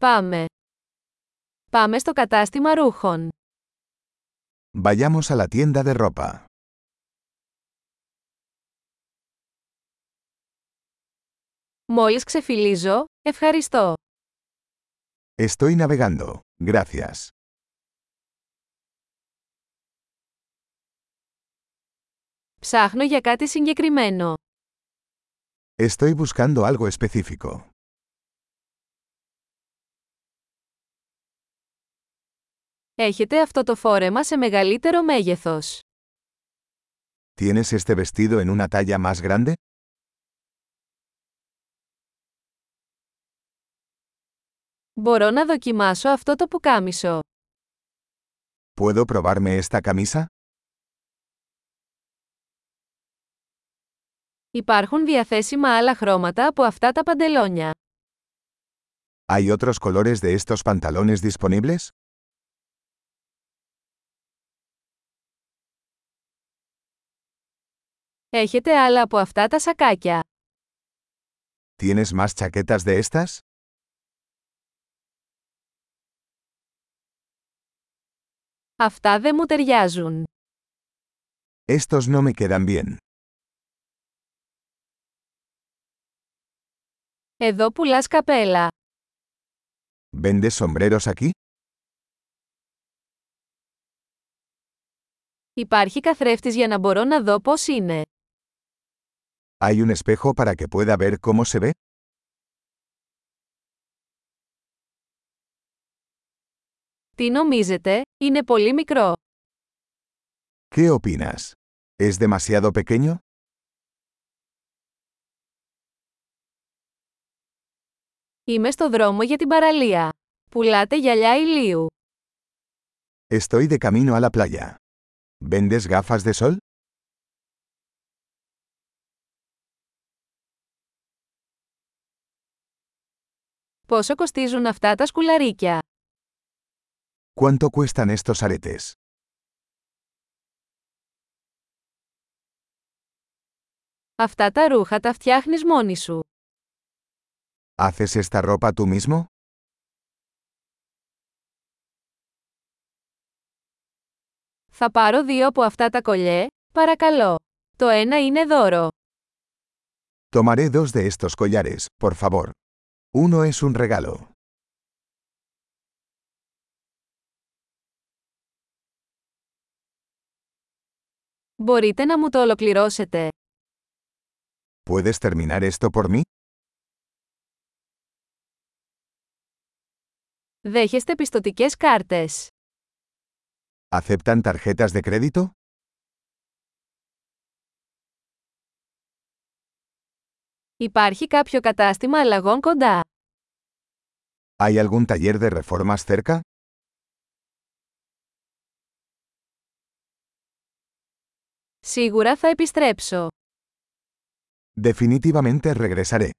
Πάμε. Πάμε στο κατάστημα ρούχων. Vayamos a la tienda de ropa. Μόλις ξεφυλίζω, ευχαριστώ. Estoy navegando. Gracias. Ψάχνω για κάτι συγκεκριμένο. Estoy buscando algo específico. Έχετε αυτό το φόρεμα σε μεγαλύτερο μέγεθος. ¿Tienes este vestido en una talla más grande? Μπορώ να δοκιμάσω αυτό το πουκάμισο. ¿Puedo probarme esta camisa? Υπάρχουν διαθέσιμα άλλα χρώματα από αυτά τα παντελόνια. ¿Hay otros colores de estos pantalones disponibles? Έχετε άλλα από αυτά τα σακάκια. ¿Tienes más chaquetas de estas? Αυτά δεν μου ταιριάζουν. Estos no me quedan bien. Εδώ πουλάς καπέλα. ¿Vendes sombreros aquí? Υπάρχει καθρέφτης για να μπορώ να δω πώς είναι. ¿Hay un espejo para que pueda ver cómo se ve? Τι νομίζετε, είναι πολύ μικρό. ¿Qué opinas? ¿Es demasiado pequeño? Είμαι στο δρόμο για την παραλία. Πουλάτε γυαλιά ηλίου. Estoy de camino a la playa. ¿Vendes gafas de sol? Πόσο κοστίζουν αυτά τα σκουλαρίκια. ¿Cuánto cuestan estos aretes? Αυτά τα ρούχα τα φτιάχνεις μόνη σου. ¿Haces esta ropa tú mismo? Θα πάρω δύο από αυτά τα κολλιέ, παρακαλώ. Το ένα είναι δώρο. Tomaré dos de estos collares, por favor. Uno es un regalo. Μπορείτε να μου το ολοκληρώσετε. ¿Puedes terminar esto por mí? Δέχεστε πιστοτικές κάρτες. ¿Aceptan tarjetas de crédito? Υπάρχει κάποιο κατάστημα αλλαγών κοντά. ¿Hay algún taller de reformas cerca? Σίγουρα θα επιστρέψω. Definitivamente regresaré.